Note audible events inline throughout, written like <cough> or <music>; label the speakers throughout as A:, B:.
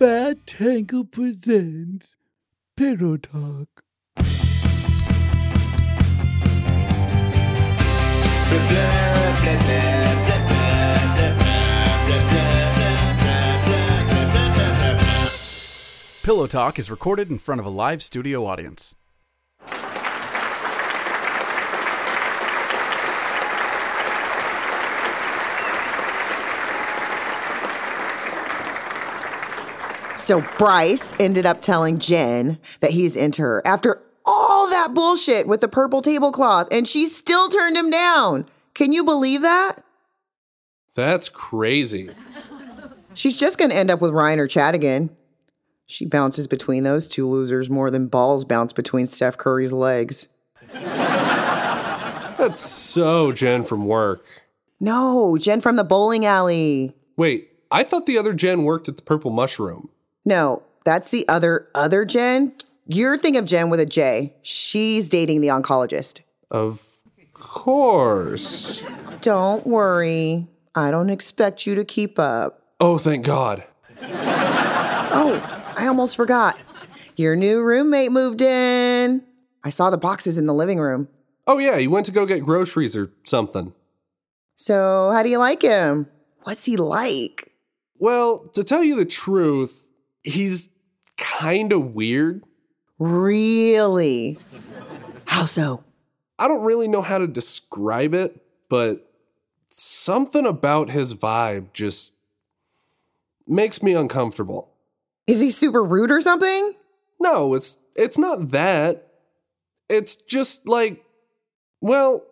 A: Matt Tangle presents Pillow Talk.
B: Pillow Talk is recorded in front of a live studio audience.
C: So Bryce ended up telling Jen that he's into her after all that bullshit with the purple tablecloth, and she still turned him down. Can you believe that?
D: That's crazy.
C: She's just going to end up with Ryan or Chad again. She bounces between those two losers more than balls bounce between Steph Curry's legs.
D: That's so Jen from work.
C: No, Jen from the bowling alley.
D: Wait, I thought the other Jen worked at the Purple Mushroom.
C: No, that's the other other Jen. You're thinking of Jen with a J. She's dating the oncologist.
D: Of course.
C: Don't worry. I don't expect you to keep up.
D: Oh, thank God.
C: Oh, I almost forgot. Your new roommate moved in. I saw the boxes in the living room.
D: Oh, yeah, you went to go get groceries or something.
C: So, how do you like him? What's he like?
D: Well, to tell you the truth, he's kind of weird.
C: Really? How so?
D: I don't really know how to describe it, but something about his vibe just makes me uncomfortable.
C: Is he super rude or something?
D: No, it's it's not that. It's just like well,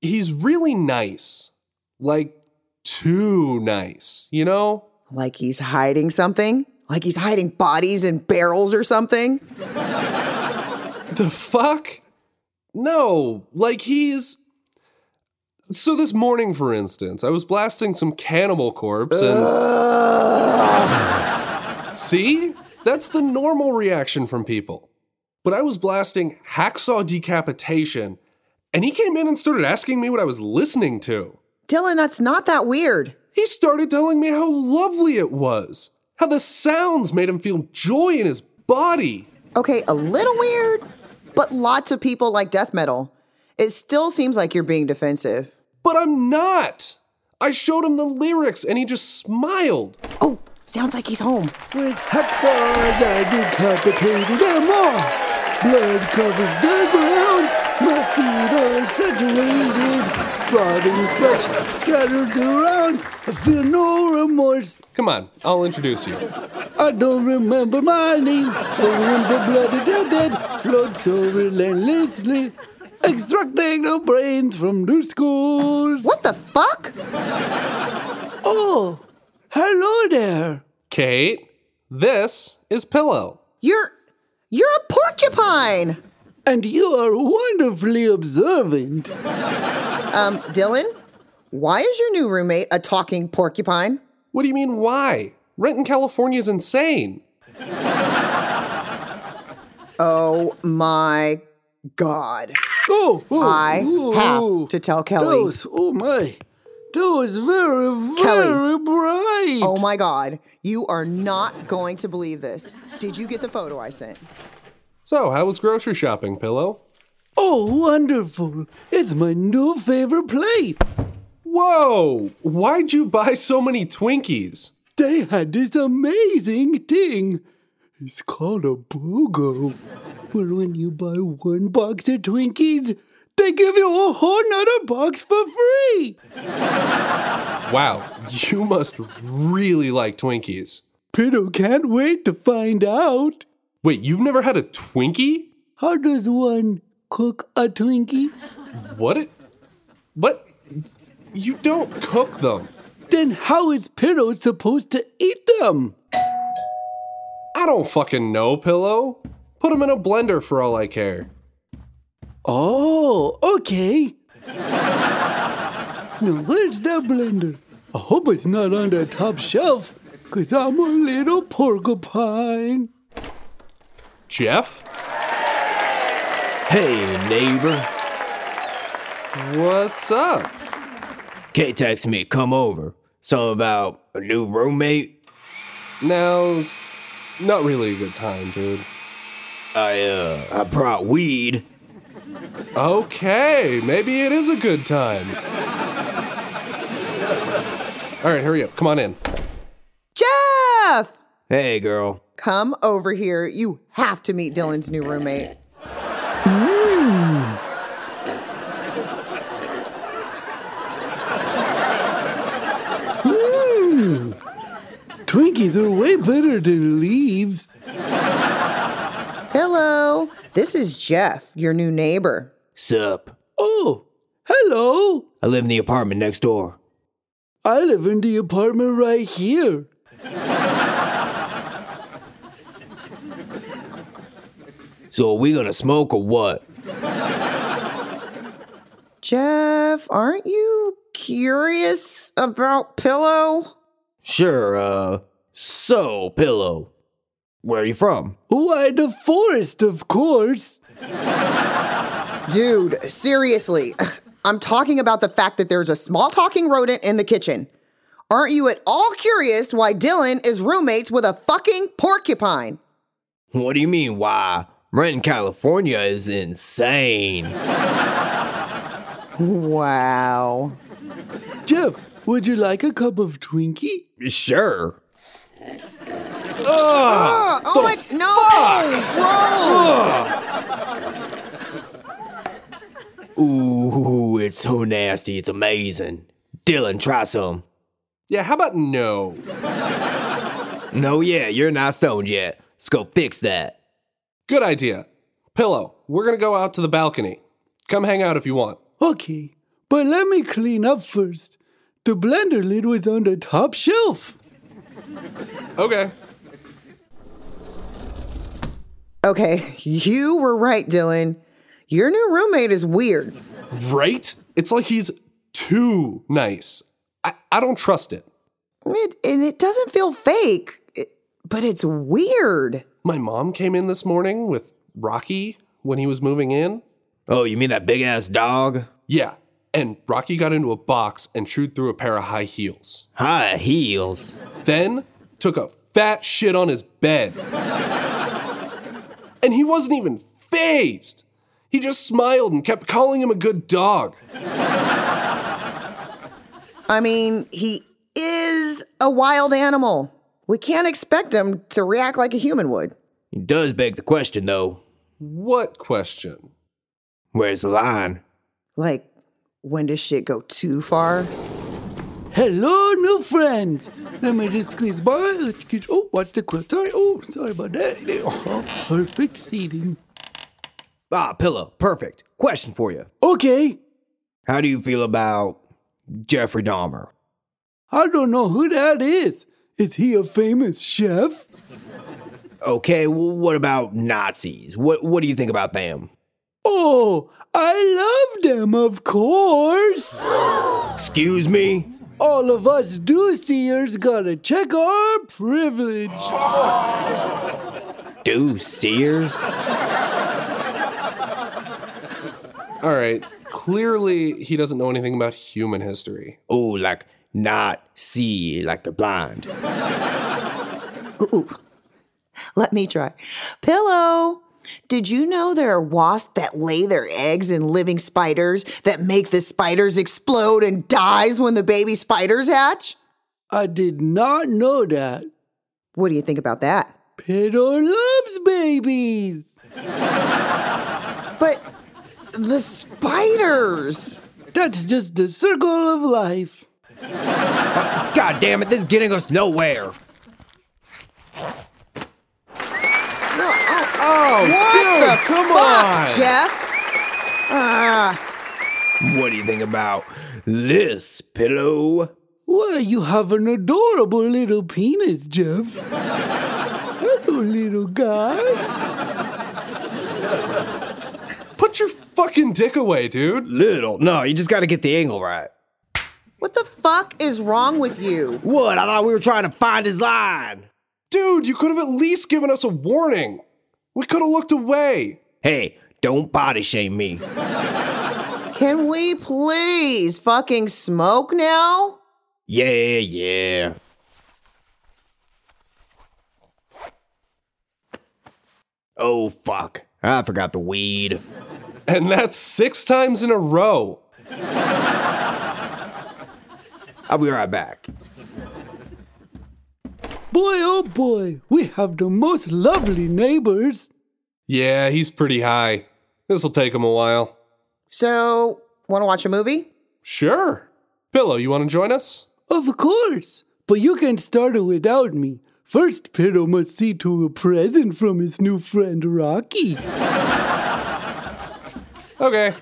D: he's really nice. Like too nice, you know?
C: Like he's hiding something? Like he's hiding bodies in barrels or something?
D: The fuck? No, like he's so this morning, for instance, I was blasting some Cannibal Corpse and. See? That's the normal reaction from people. But I was blasting Hacksaw Decapitation, and he came in and started asking me what I was listening to.
C: Dylan, that's not that weird.
D: He started telling me how lovely it was, how the sounds made him feel joy in his body.
C: Okay, a little weird, but lots of people like death metal. It still seems like you're being defensive.
D: But I'm not! I showed him the lyrics, and he just smiled.
C: Oh, sounds like he's home.
A: With hacksaws I decapitated them all. Blood covers the ground. My feet are saturated. Rotting flesh scattered around. I feel no remorse.
D: Come on, I'll introduce you.
A: I don't remember my name. Only when the blood of the dead flowed so relentlessly. Extracting the brains from their skulls.
C: What the fuck?
A: Oh, hello there.
D: Kate, this is Pillow.
C: You're you're a porcupine.
A: And you are wonderfully observant.
C: Um, Dylan, why is your new roommate a talking porcupine?
D: What do you mean, why? Rent in California is insane.
C: Oh my god.
A: Oh, oh
C: I
A: oh, oh.
C: have to tell Kelly.
A: Those, oh my, that was very,
C: Kelly.
A: very bright.
C: Oh my god, you are not going to believe this. Did you get the photo I sent?
D: So, how was grocery shopping, Pillow?
A: Oh, wonderful! It's my new favorite place.
D: Whoa! Why'd you buy so many Twinkies?
A: They had this amazing thing. It's called a BOGO, where when you buy one box of Twinkies, they give you a whole nother box for free.
D: Wow, you must really like Twinkies.
A: Piddle can't wait to find out.
D: Wait, you've never had a Twinkie?
A: How does one cook a Twinkie?
D: What? It, what? You don't cook them.
A: Then how is Piddle supposed to eat them?
D: I don't fucking know, Pillow. Put them in a blender for all I care.
A: Oh, okay. now, where's that blender? I hope it's not on the top shelf, because I'm a little porcupine.
D: Jeff?
E: Hey, neighbor.
D: What's up?
E: Kate texted me, come over. Something about a new roommate.
D: Now's not really a good time, dude.
E: I uh I brought weed.
D: Okay, maybe it is a good time. All right, hurry up. Come on in.
C: Jeff!
E: Hey girl.
C: Come over here. You have to meet Dylan's new roommate.
A: Twinkies are way better than leaves.
C: Hello. This is Jeff, your new neighbor.
E: Sup?
A: Oh, hello.
E: I live in the apartment next door.
A: I live in the apartment right here.
E: So are we gonna smoke or what?
C: Jeff, aren't you curious about Pillow?
E: Sure, uh so pillow. Where are you from?
A: Why, the forest, of course.
C: Dude, seriously. <laughs> I'm talking about the fact that there's a small talking rodent in the kitchen. Aren't you at all curious why Dylan is roommates with a fucking porcupine?
E: What do you mean why? Rent in California is insane.
C: Wow.
A: Jeff, would you like a cup of Twinkie?
E: Sure.
C: Uh, oh my no! Gross!
E: Ooh, it's so nasty. It's amazing. Dylan, try some.
D: Yeah, how about no?
E: No, yeah, you're not stoned yet. Let's go fix that.
D: Good idea. Pillow, we're gonna go out to the balcony. Come hang out if you want.
A: Okay, but let me clean up first. The blender lid was on the top shelf.
D: Okay.
C: Okay, you were right, Dylan. Your new roommate is weird.
D: Right? It's like he's too nice. I, I don't trust it.
C: It, and it doesn't feel fake, it- but it's weird.
D: My mom came in this morning with Rocky when he was moving in.
E: Oh, you mean that big ass dog?
D: Yeah, and Rocky got into a box and chewed through a pair of high heels.
E: High heels.
D: Then took a fat shit on his bed. and he wasn't even phased. He just smiled and kept calling him a good dog.
C: I mean, he is a wild animal. We can't expect him to react like a human would.
E: It does beg the question, though.
D: What question?
E: Where's the line?
C: Like, when does shit go too far?
A: Hello, new friends. Let me just squeeze by. Let's get- Oh, watch the quilt. Sorry. Oh, sorry about that. <laughs> Uh-huh. Perfect seating.
E: Ah, pillow. Perfect. Question for you.
A: Okay,
E: How do you feel about Jeffrey Dahmer?
A: I don't know who that is. Is he a famous chef?
E: Okay, well, what about Nazis? What What do you think about them?
A: Oh, I love them, of course.
E: Excuse me.
A: All of us do seers gotta check our privilege.
E: Do Sears?
D: All right, clearly he doesn't know anything about human history.
E: Oh, like not see, like the blind.
C: Let me try. Pillow. Did you know there are wasps that lay their eggs in living spiders that make the spiders explode and dies when the baby spiders hatch?
A: I did not know that.
C: What do you think about that?
A: Pedro loves babies.
C: But the spiders.
A: That's just the circle of life.
E: God damn it, this is getting us nowhere.
C: No, oh,
E: Oh,
C: what
E: dude,
C: the
E: come
C: fuck,
E: on.
C: Jeff?
E: What do you think about this pillow?
A: Why, you have an adorable little penis, Jeff. Hello, little guy.
D: Put your fucking dick away, dude.
E: Little. No, you just gotta get the angle right.
C: What the fuck is wrong with you?
E: What? I thought we were trying to find his line.
D: Dude, you could have at least given us a warning. We could have looked away.
E: Hey, don't body shame me.
C: Can we please fucking smoke now?
E: Yeah, yeah. Oh, fuck. I forgot the weed.
D: And that's six times in a row.
E: I'll be right back.
A: Boy, oh boy, we have the most lovely neighbors.
D: Yeah, he's pretty high. This'll take him a while.
C: So, want to watch a movie?
D: Sure. Pillow, you want to join us?
A: Of course, but you can start it without me. First, Pedro must see to a present from his new friend Rocky.
D: Okay.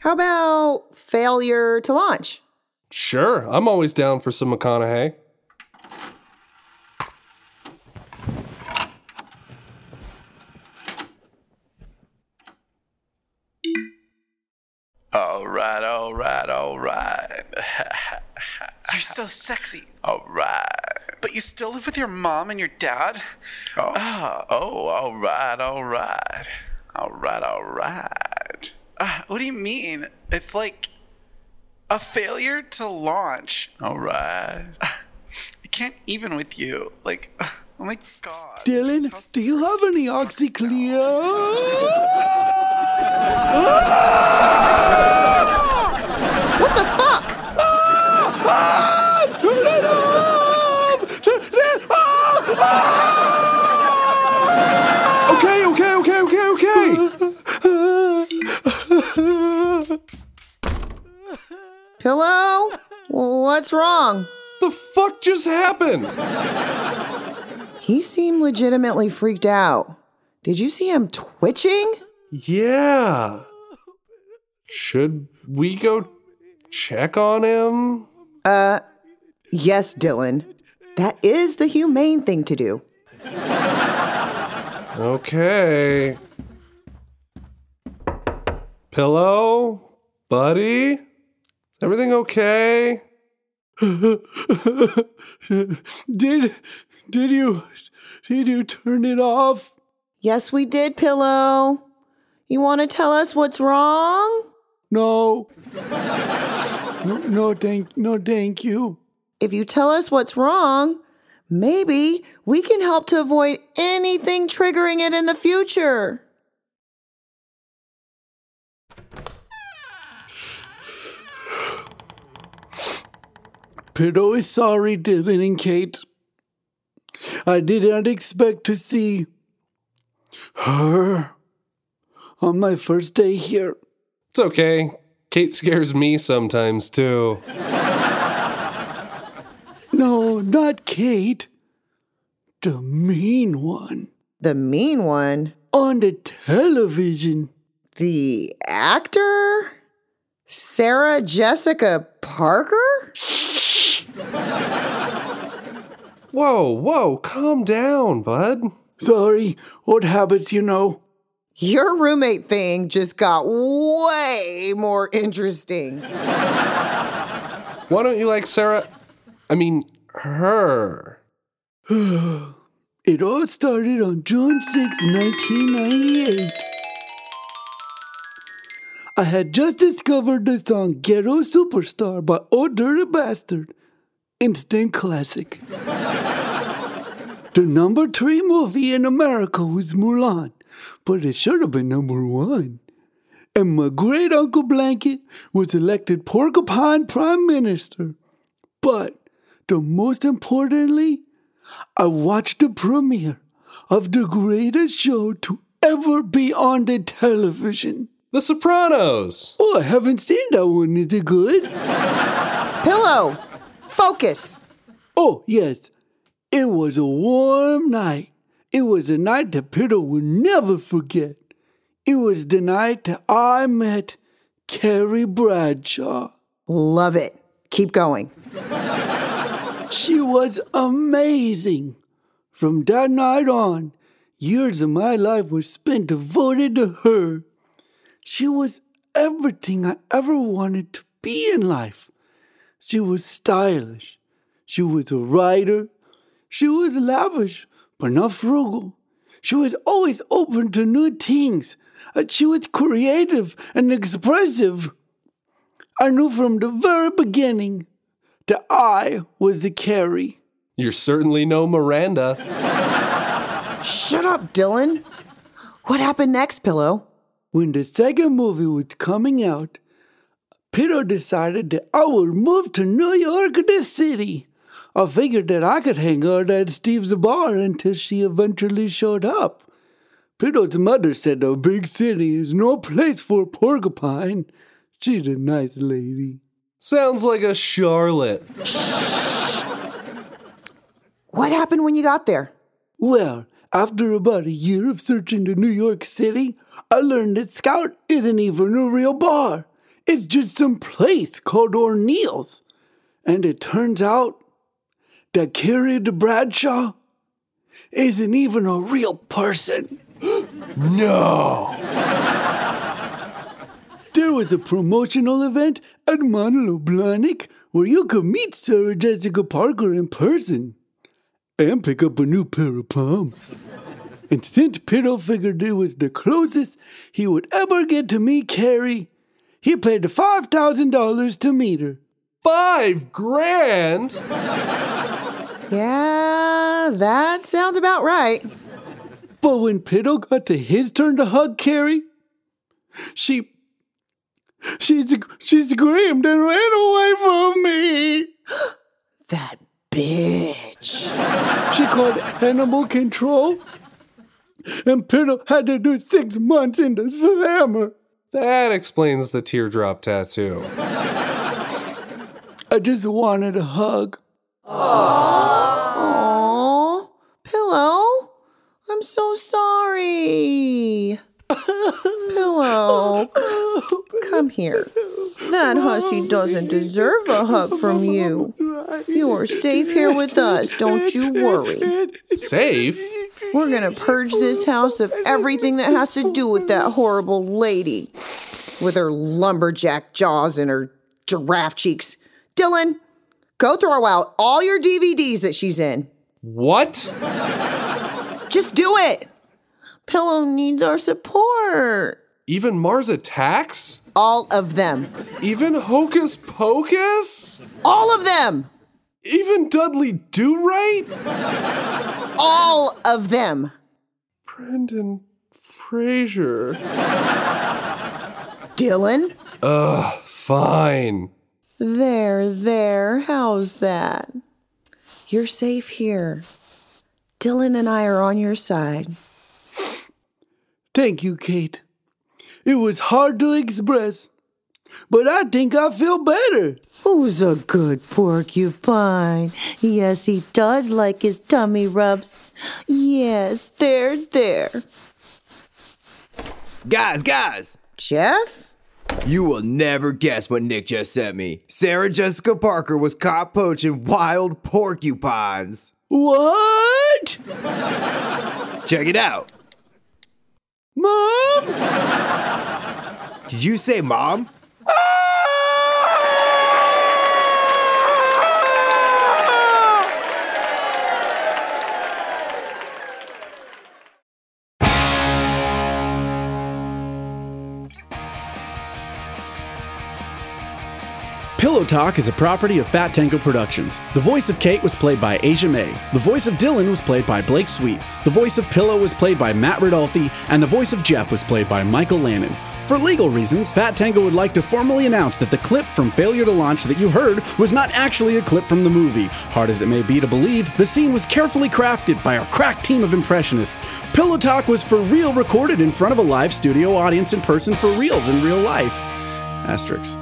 C: How about failure to launch?
D: Sure. I'm always down for some McConaughey.
F: All right, all right, all right. <laughs>
G: You're so sexy,
F: all right.
G: but you still live with your mom and your dad?
F: Oh, oh, all right, all right. All right, all right.
G: Uh, what do you mean? It's like a failure to launch.
F: All right.
G: I can't even with you. Like, <laughs> oh my god.
A: Dylan, do you have any OxyClear?
C: What the fuck?
D: Okay, okay, okay, okay, okay.
C: Pillow? What's wrong?
D: the fuck just happened?
C: He seemed legitimately freaked out. Did you see him twitching?
D: Yeah. Should we go check on him?
C: Yes, Dylan. That is the humane thing to do.
D: Okay. Pillow? Buddy? Is everything okay?
A: <laughs> Did did you did you turn it off?
C: Yes, we did, Pillow. You want to tell us what's wrong?
A: No. No, no thank no thank you.
C: If you tell us what's wrong, maybe we can help to avoid anything triggering it in the future.
A: Pedro is sorry, Dylan and Kate. I did not expect to see her on my first day here.
D: It's okay. Kate scares me sometimes too.
A: No, not Kate. The mean one.
C: The mean one,
A: On the television.
C: the actor, Sarah Jessica Parker?
D: Whoa, whoa, calm down, bud.
A: Sorry, old habits, you know.
C: Your roommate thing just got way more interesting.
D: Why don't you like Sarah? I mean, her.
A: It all started on June 6, 1998. I had just discovered the song Ghetto Superstar by Old Dirty Bastard. Instant classic. the number three movie in America was Mulan, but it should have been number one. And my great uncle Blanket was elected Porcupine Prime Minister. But the most importantly, I watched the premiere of the greatest show to ever be on the television.
D: The Sopranos.
A: Oh, I haven't seen that one. Is it good?
C: Pillow, focus.
A: Oh, yes. It was a warm night. It was a night that Peter will never forget. It was the night that I met Carrie Bradshaw.
C: Love it. Keep going.
A: She was amazing. From that night on, years of my life were spent devoted to her. She was everything I ever wanted to be in life. She was stylish. She was a writer. She was lavish, but not frugal. She was always open to new things. And she was creative and expressive. I knew from the very beginning that I was the carry.
D: You're certainly no Miranda.
C: Shut up, Dylan. What happened next, Pillow?
A: When the second movie was coming out, Peter decided that I would move to New York, the city. I figured that I could hang out at Steve's bar until she eventually showed up. Peter's mother said a big city is no place for a porcupine. She's a nice lady.
D: Sounds like a Charlotte.
C: What happened when you got there?
A: Well, after about a year of searching to New York City, I learned that Scout isn't even a real bar. It's just some place called O'Neill's. And it turns out that Carrie Bradshaw isn't even a real person. <gasps>
D: No.
A: There was a promotional event at Monolo Blahnik where you could meet Sarah Jessica Parker in person and pick up a new pair of pumps. And since Piddle figured it was the closest he would ever get to meet Carrie, he paid $5,000 to meet her.
D: Five grand?
C: Yeah, that sounds about right.
A: But when Piddle got to his turn to hug Carrie, she. She, she screamed and ran away from me.
C: <gasps> That bitch.
A: She called animal control. And Piddle had to do six months in the slammer.
D: That explains the teardrop tattoo.
A: I just wanted a hug.
C: Aw, Pillow, I'm so sorry. Pillow, come here. That hussy doesn't deserve a hug from you. You are safe here with us, don't you worry.
D: Safe?
C: We're gonna purge this house of everything that has to do with that horrible lady with her lumberjack jaws and her giraffe cheeks. Dylan, go throw out all your DVDs that she's in.
D: What?
C: Just do it. Pillow needs our support.
D: Even Mars Attacks?
C: All of them.
D: Even Hocus Pocus?
C: All of them.
D: Even Dudley Do Right?
C: All of them.
D: Brendan Fraser.
C: Dylan,
D: Fine.
C: there, there. How's that? You're safe here. Dylan and I are on your side.
A: Thank you, Kate. It was hard to express, but I think I feel better.
C: Who's a good porcupine? Yes, he does like his tummy rubs. Yes, there, there.
E: Guys, guys,
C: Jeff?
E: you will never guess what Nick just sent me. Sarah Jessica Parker was caught poaching wild porcupines.
A: What?
E: Check it out.
A: Mom?
E: Did you say mom?
B: Pillow Talk is a property of Fat Tango Productions. The voice of Kate was played by Asia May. The voice of Dylan was played by Blake Sweet. The voice of Pillow was played by Matt Rodolfi. And the voice of Jeff was played by Michael Lannon. For legal reasons, Fat Tango would like to formally announce that the clip from Failure to Launch that you heard was not actually a clip from the movie. Hard as it may be to believe, the scene was carefully crafted by our crack team of impressionists. Pillow Talk was for real recorded in front of a live studio audience in person for reals in real life. Asterix.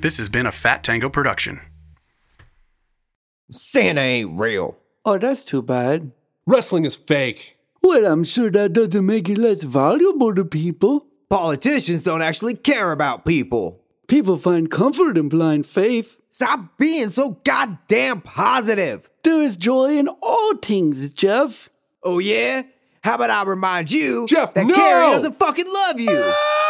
B: This has been a Fat Tango production.
E: Santa ain't real.
A: Oh, that's too bad.
D: Wrestling is fake.
A: Well, I'm sure that doesn't make it less valuable to people.
E: Politicians don't actually care about people.
A: People find comfort in blind faith.
E: Stop being so goddamn positive.
A: There is joy in all things, Jeff.
E: Oh yeah? How about I remind you
D: Jeff,
E: that
D: no!
E: Carrie doesn't fucking love you?
D: Ah!